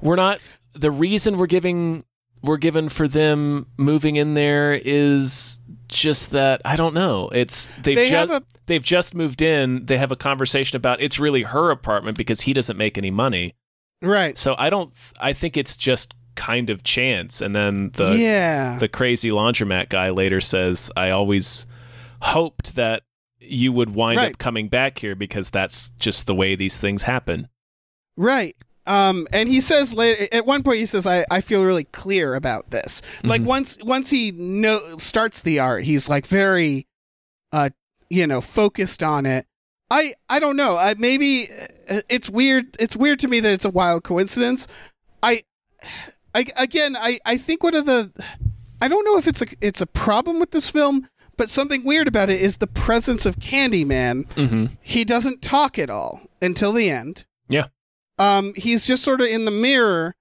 B: we're not the reason we're giving we're given for them moving in there is just that I don't know. It's they've
A: They have
B: just
A: a-
B: they've just moved in. They have a conversation about it's really her apartment because he doesn't make any money.
A: Right.
B: So I don't I think it's just kind of chance and then the
A: yeah.
B: the crazy laundromat guy later says, I always hoped that you would wind
A: Right.
B: up coming back here because that's just the way these things happen.
A: Right. Um, and he says later at one point he says I, I feel really clear about this. Like once once he no starts the art, he's like very uh you know, focused on it. I I don't know. I maybe uh, it's weird it's weird to me that it's a wild coincidence. I I again, I I think one of the I don't know if it's a it's a problem with this film, but something weird about it is the presence of Candyman.
B: Mm-hmm.
A: He doesn't talk at all until the end
B: Yeah.
A: um he's just sort of in the mirror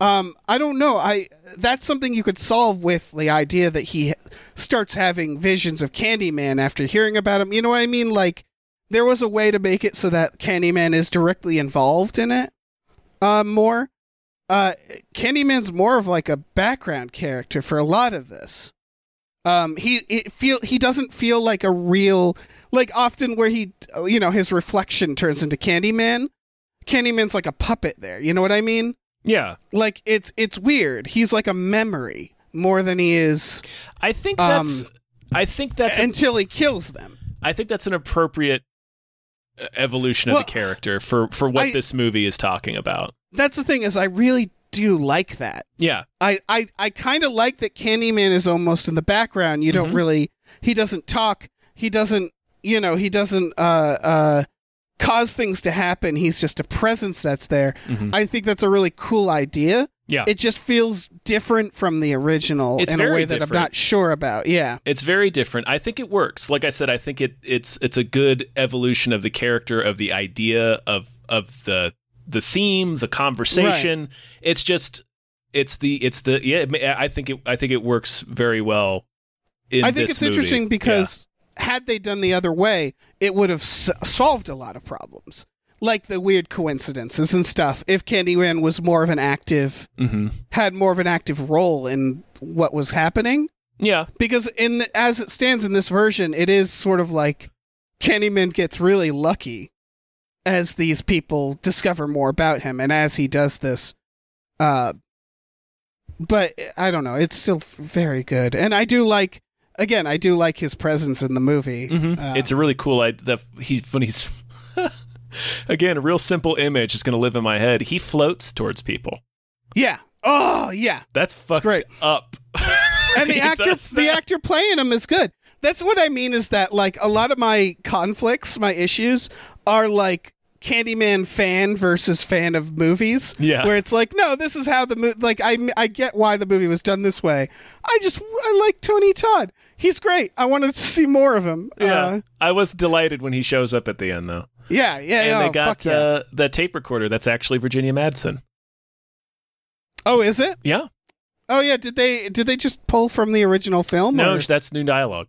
A: um i don't know i that's something you could solve with the idea that he starts having visions of candyman after hearing about him you know what i mean like there was a way to make it so that candyman is directly involved in it uh more uh candyman's more of like a background character for a lot of this um he it feel he doesn't feel like a real like often where he you know his reflection turns into candyman Candyman's like a puppet there. You know what I mean?
B: Yeah.
A: Like it's it's weird. He's like a memory more than he is
B: I think
A: Um,
B: that's I think that's a,
A: until he kills them.
B: I think that's an appropriate uh, evolution
A: Well,
B: of the character for for what
A: I-
B: this movie is talking about.
A: That's the thing is I really do like that.
B: Yeah.
A: I I, I kind of like that Candyman is almost in the background. You don't
B: Mhm.
A: really he doesn't talk. He doesn't you know, he doesn't uh uh cause things to happen. He's just a presence that's there.
B: Mhm.
A: I think that's a really cool idea.
B: Yeah.
A: It just feels different from the original
B: It's
A: in a
B: very
A: way that I'm
B: different.
A: not sure about. Yeah.
B: It's very different. I think it works. Like I said, I think it it's it's a good evolution of the character, of the idea, of of the the theme, the conversation. It's just it's the it's the yeah. it ma- I think it I think it works very well. In
A: I think
B: this
A: it's
B: movie.
A: interesting because had they done the other way, it would have s- solved a lot of problems, like the weird coincidences and stuff. If Candyman was more of an active,
B: yeah. hmm
A: had more of an active role in what was happening,
B: yeah,
A: because in the, as it stands in this version, it is sort of like Candyman gets really lucky as these people discover more about him, and as he does this, uh, but I don't know, it's still very good, and I do like. Again, I do like his presence in the movie.
B: Mhm.
A: Uh,
B: it's a really cool. I the he's when he's again a real simple image is going to live in my head. He floats towards people.
A: yeah. Oh, yeah.
B: That's fucked
A: great.
B: up.
A: and
B: He
A: the actor
B: does
A: the
B: that.
A: actor playing him is good that's what i mean is that like a lot of my conflicts my issues are like candyman fan versus fan of movies
B: Yeah.
A: where it's like no this is how the movie like I, I get why the movie was done this way i just i like tony todd he's great i wanted to see more of him
B: Yeah,
A: uh,
B: I was delighted when he shows up at the end though.
A: yeah yeah
B: and
A: yeah,
B: they
A: oh,
B: got
A: fuck yeah.
B: uh, the tape recorder that's actually Virginia Madsen.
A: oh is it
B: Yeah,
A: oh yeah did they did they just pull from the original film
B: no,
A: or-
B: that's new dialogue.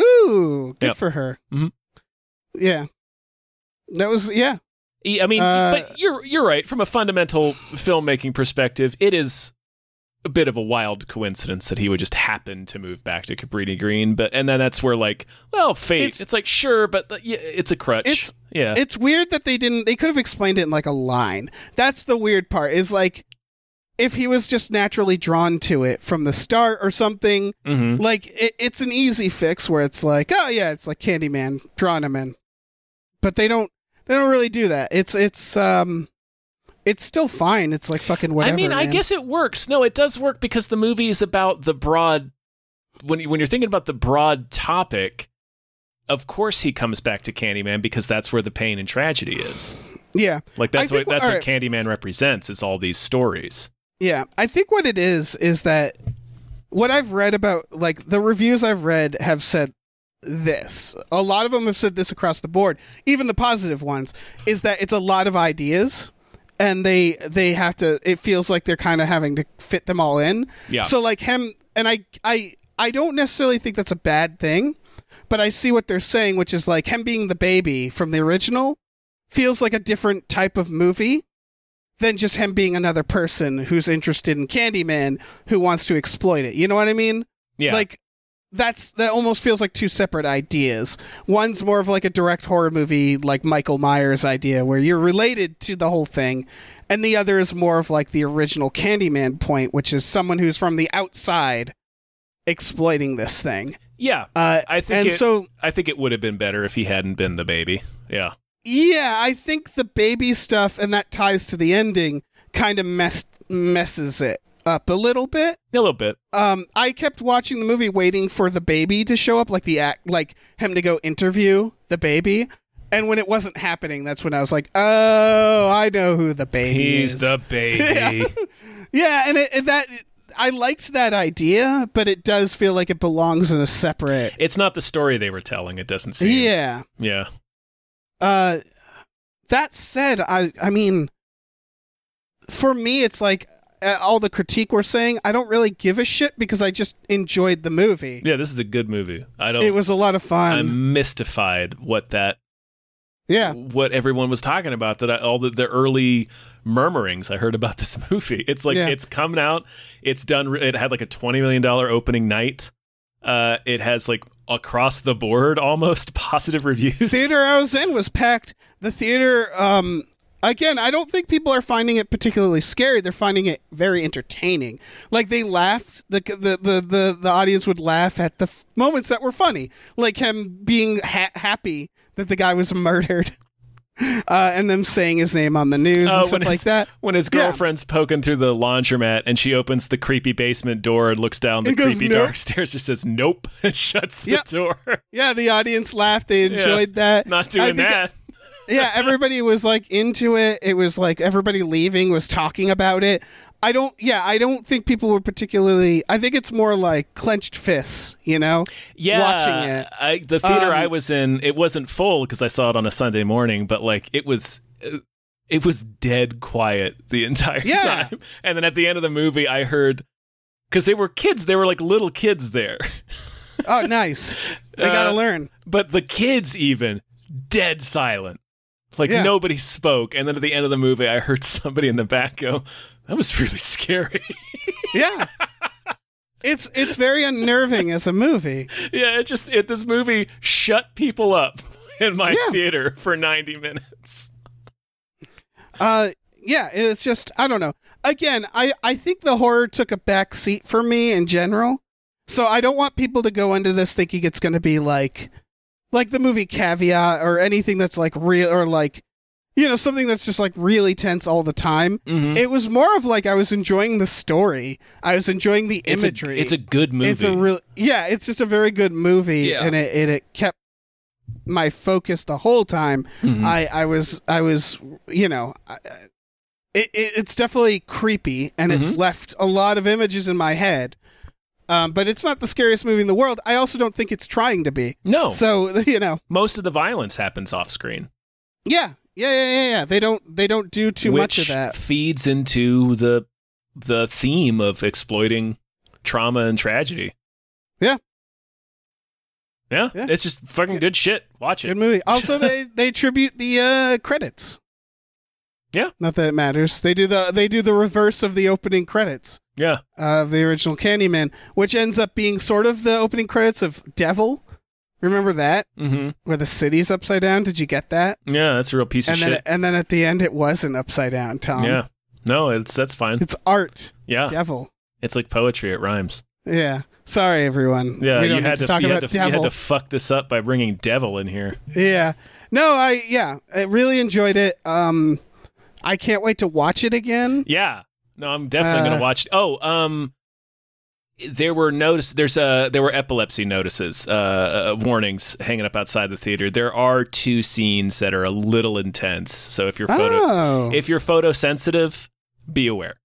A: ooh good
B: Yep.
A: for her
B: Mhm.
A: yeah that was yeah
B: E- I mean,
A: Uh,
B: but you're you're right. From a fundamental filmmaking perspective, it is a bit of a wild coincidence that he would just happen to move back to Cabrini Green. But and then that's where like, well, fate.
A: It's-
B: It's, like sure, but the, yeah, it's a crutch.
A: It's-
B: yeah,
A: it's weird that they didn't they could have explained it in like a line that's the weird part is like if he was just naturally drawn to it from the start or something
B: hmm
A: like it, it's an easy fix where it's like oh yeah it's like candyman drawn him in but they don't they don't really do that it's it's um it's still fine it's like fucking whatever
B: I mean, I
A: man.
B: guess it works. No, it does work because the movie is about the broad. When you- when you're thinking about the broad topic, of course he comes back to Candyman because that's where the pain and tragedy is.
A: yeah
B: Like
A: I
B: that's
A: think
B: what
A: what-
B: that's what
A: alright.
B: Candyman represents is all these stories.
A: Yeah, I think what it is is that what I've read about, like the reviews I've read, have said this. A lot of them have said this across the board, even the positive ones, is that it's a lot of ideas, and they they have to. It feels like they're kind of having to fit them all in.
B: Yeah.
A: So like him, and I I I don't necessarily think that's a bad thing. but I see what they're saying, which is like him being the baby from the original feels like a different type of movie than just him being another person who's interested in Candyman who wants to exploit it. You know what I mean?
B: Yeah.
A: Like that's that almost feels like two separate ideas. One's more of like a direct horror movie like Michael Myers idea where you're related to the whole thing, and the other is more of like the original Candyman point, which is someone who's from the outside exploiting this thing.
B: yeah.
A: Uh,
B: I think
A: and
B: it,
A: so
B: I think it would have been better if he hadn't been the baby. Yeah.
A: Yeah, I think the baby stuff and that ties to the ending kind of mess messes it up a little bit.
B: A little bit.
A: Um, I kept watching the movie waiting for the baby to show up, like the act, like him to go interview the baby. And when it wasn't happening, that's when I was like, "Oh, I know who the baby
B: He's
A: is."
B: the baby.
A: yeah, and, it, and that I liked that idea, but it does feel like it belongs in a separate.
B: It's not the story they were telling. It doesn't seem.
A: Yeah,
B: Yeah.
A: Uh, that said, I I mean, for me, it's like uh, all the critique we're saying. I don't really give a shit because I just enjoyed the movie.
B: Yeah. This is a good movie. I don't.
A: It was a lot of fun.
B: I'm mystified what that
A: yeah,
B: what everyone was talking about that I, all the, the early murmurings I heard about this movie. It's like
A: Yeah.
B: it's coming out. It's done. It had like a twenty million dollar opening night. Uh, it has like across the board almost positive reviews.
A: theater I was in was packed. The theater, um, again, I don't think people are finding it particularly scary. They're finding it very entertaining. Like they laughed. the the the the, the audience would laugh at the f- moments that were funny, like him being ha- happy that the guy was murdered. Uh, and them saying his name on the news
B: Uh,
A: and stuff
B: when
A: like
B: his,
A: that.
B: When his
A: Yeah.
B: girlfriend's poking through the laundromat and she opens the creepy basement door and looks down the
A: And goes,
B: creepy
A: "Nope."
B: dark stairs, just says nope and shuts the
A: Yep.
B: door.
A: Yeah, the audience laughed. They enjoyed that.
B: Not
A: I
B: doing
A: think-
B: that.
A: yeah, everybody was like into it. It was like everybody leaving was talking about it. I don't, yeah, I don't think people were particularly. I think it's more like clenched fists, you know?
B: yeah,
A: Watching it.
B: I, the theater
A: Um,
B: I was in, it wasn't full because I saw it on a Sunday morning, but like it was, uh, it was dead quiet the entire
A: Yeah.
B: time. And then at the end of the movie, I heard because they were kids, they were like little kids there,
A: Oh, nice. They got to
B: Uh,
A: learn.
B: but the kids even dead silent, like
A: Yeah.
B: nobody spoke. And then at the end of the movie, I heard somebody in the back go, "That was really scary."
A: Yeah. It's it's very unnerving as a movie.
B: yeah, it just it this movie shut people up in my
A: Yeah.
B: theater for ninety minutes.
A: Uh yeah, it's just I don't know. Again, I I think the horror took a back seat for me in general. So I don't want people to go into this thinking it's going to be like like the movie Caveat or anything that's like real or like you know, something that's just like really tense all the time.
B: Mm-hmm.
A: It was more of like I was enjoying the story. I was enjoying the
B: It's a-
A: imagery.
B: It's a, good movie.
A: It's a real yeah. It's just a very good movie,
B: Yeah.
A: and it, it it kept my focus the whole time.
B: Mhm.
A: I I was I was you know. I, I- it, it, it's definitely creepy and it's
B: Mm-hmm.
A: left a lot of images in my head um, but it's not the scariest movie in the world i also don't think it's trying to be
B: no.
A: so you know
B: most of the violence happens off screen.
A: yeah yeah yeah yeah, yeah. they don't they don't do too
B: which
A: much of that
B: feeds into the the theme of exploiting trauma and tragedy.
A: Yeah.
B: Yeah,
A: Yeah.
B: it's just fucking good shit. Watch it.
A: good movie also they they tribute the uh credits
B: Yeah.
A: not that it matters they do the they do the reverse of the opening credits
B: Yeah,
A: of the original Candyman, which ends up being sort of the opening credits of Devil. Remember that
B: hmm
A: where the city's upside down? Did you get that?
B: yeah, that's a real piece of
A: and then
B: shit.
A: and then at the end, it wasn't upside down. Tom.
B: yeah, no, it's that's fine.
A: It's art.
B: yeah,
A: Devil.
B: it's like poetry. It rhymes.
A: Yeah. Sorry, everyone.
B: Yeah,
A: we
B: you
A: don't need
B: had
A: to,
B: to,
A: talk
B: you,
A: about
B: had to you had
A: Devil.
B: to fuck this up by bringing devil in here.
A: yeah. No, I yeah, I really enjoyed it. Um, I can't wait to watch it again.
B: Yeah. No, I'm definitely
A: Uh,
B: gonna watch. Oh, um, there were notice. There's uh there were epilepsy notices, uh, uh, warnings hanging up outside the theater. There are two scenes that are a little intense. So if you're photo,
A: Oh,
B: if you're photosensitive, be aware.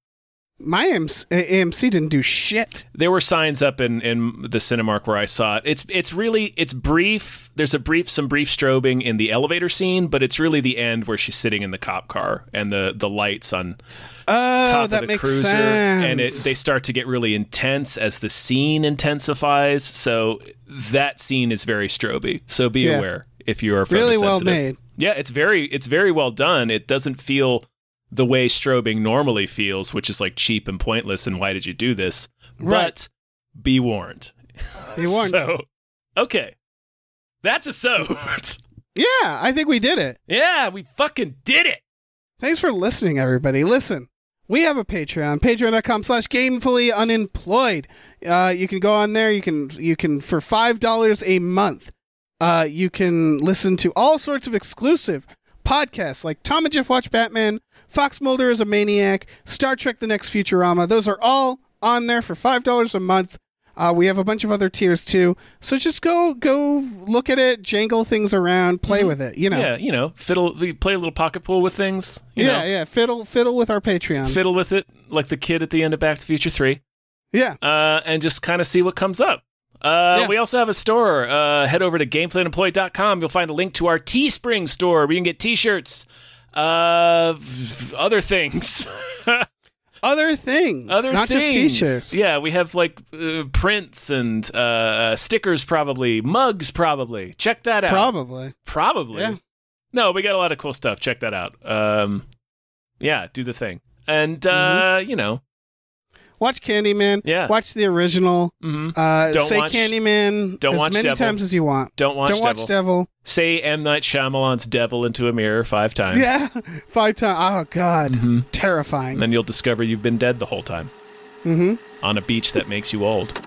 A: my AMC, AMC didn't do shit.
B: There were signs up in, in the Cinemark where I saw it. It's it's really it's brief. There's a brief some brief strobing in the elevator scene, but it's really the end where she's sitting in the cop car and the the lights on
A: Oh,
B: top
A: that
B: of the
A: makes
B: cruiser, and it,
A: sense.
B: they start to get really intense as the scene intensifies. So that scene is very stroby. So be
A: Yeah.
B: aware if you are
A: Really well
B: photosensitive.
A: made.
B: Yeah, it's very it's very well done. It doesn't feel the way strobing normally feels, which is like cheap and pointless. And why did you do this?
A: Right.
B: But be warned.
A: They weren't.
B: So okay, that's a so.
A: yeah, I think we did it.
B: yeah, we fucking did it.
A: Thanks for listening, everybody. Listen, we have a Patreon, patreon.com slash gamefully unemployed. Uh, you can go on there. You can, you can, for $5 a month, uh, you can listen to all sorts of exclusive podcasts like Tom and Jeff Watch Batman, Fox Mulder is a Maniac, Star Trek The Next Futurama. Those are all on there for $5 a month. Uh, we have a bunch of other tiers too, so just go go look at it, jangle things around, play with it. You know,
B: Mm-hmm. Yeah, you know, fiddle. We play a little pocket pool with things. You
A: yeah,
B: know,
A: yeah. Fiddle fiddle with our Patreon.
B: fiddle with it like the kid at the end of Back to the Future Three.
A: yeah.
B: uh, and just kind of see what comes up. Uh,
A: Yeah.
B: We also have a store. Uh, head over to gameplanemployee.com. You'll find a link to our Teespring store where you can get t shirts, uh, v- other things.
A: other things,
B: other
A: not
B: things.
A: just t-shirts.
B: Yeah, we have like uh, prints and uh, uh, stickers, probably, mugs, probably. Check that out.
A: Probably.
B: Probably.
A: Yeah.
B: No, we got a lot of cool stuff. Check that out. Um, yeah, do the thing. And, uh,
A: Mm-hmm.
B: you know,
A: Watch Candyman.
B: Yeah.
A: Watch the original.
B: mhm.
A: Uh,
B: Don't
A: say
B: watch-
A: Candyman
B: don't
A: as
B: watch
A: many
B: Devil.
A: times as you want.
B: don't watch
A: don't watch
B: Devil.
A: Devil.
B: Say M. Night Shyamalan's devil into a mirror five times.
A: Yeah, five times. Oh God, terrifying.
B: And then you'll discover you've been dead the whole time
A: mm-hmm.
B: on a beach that makes you old.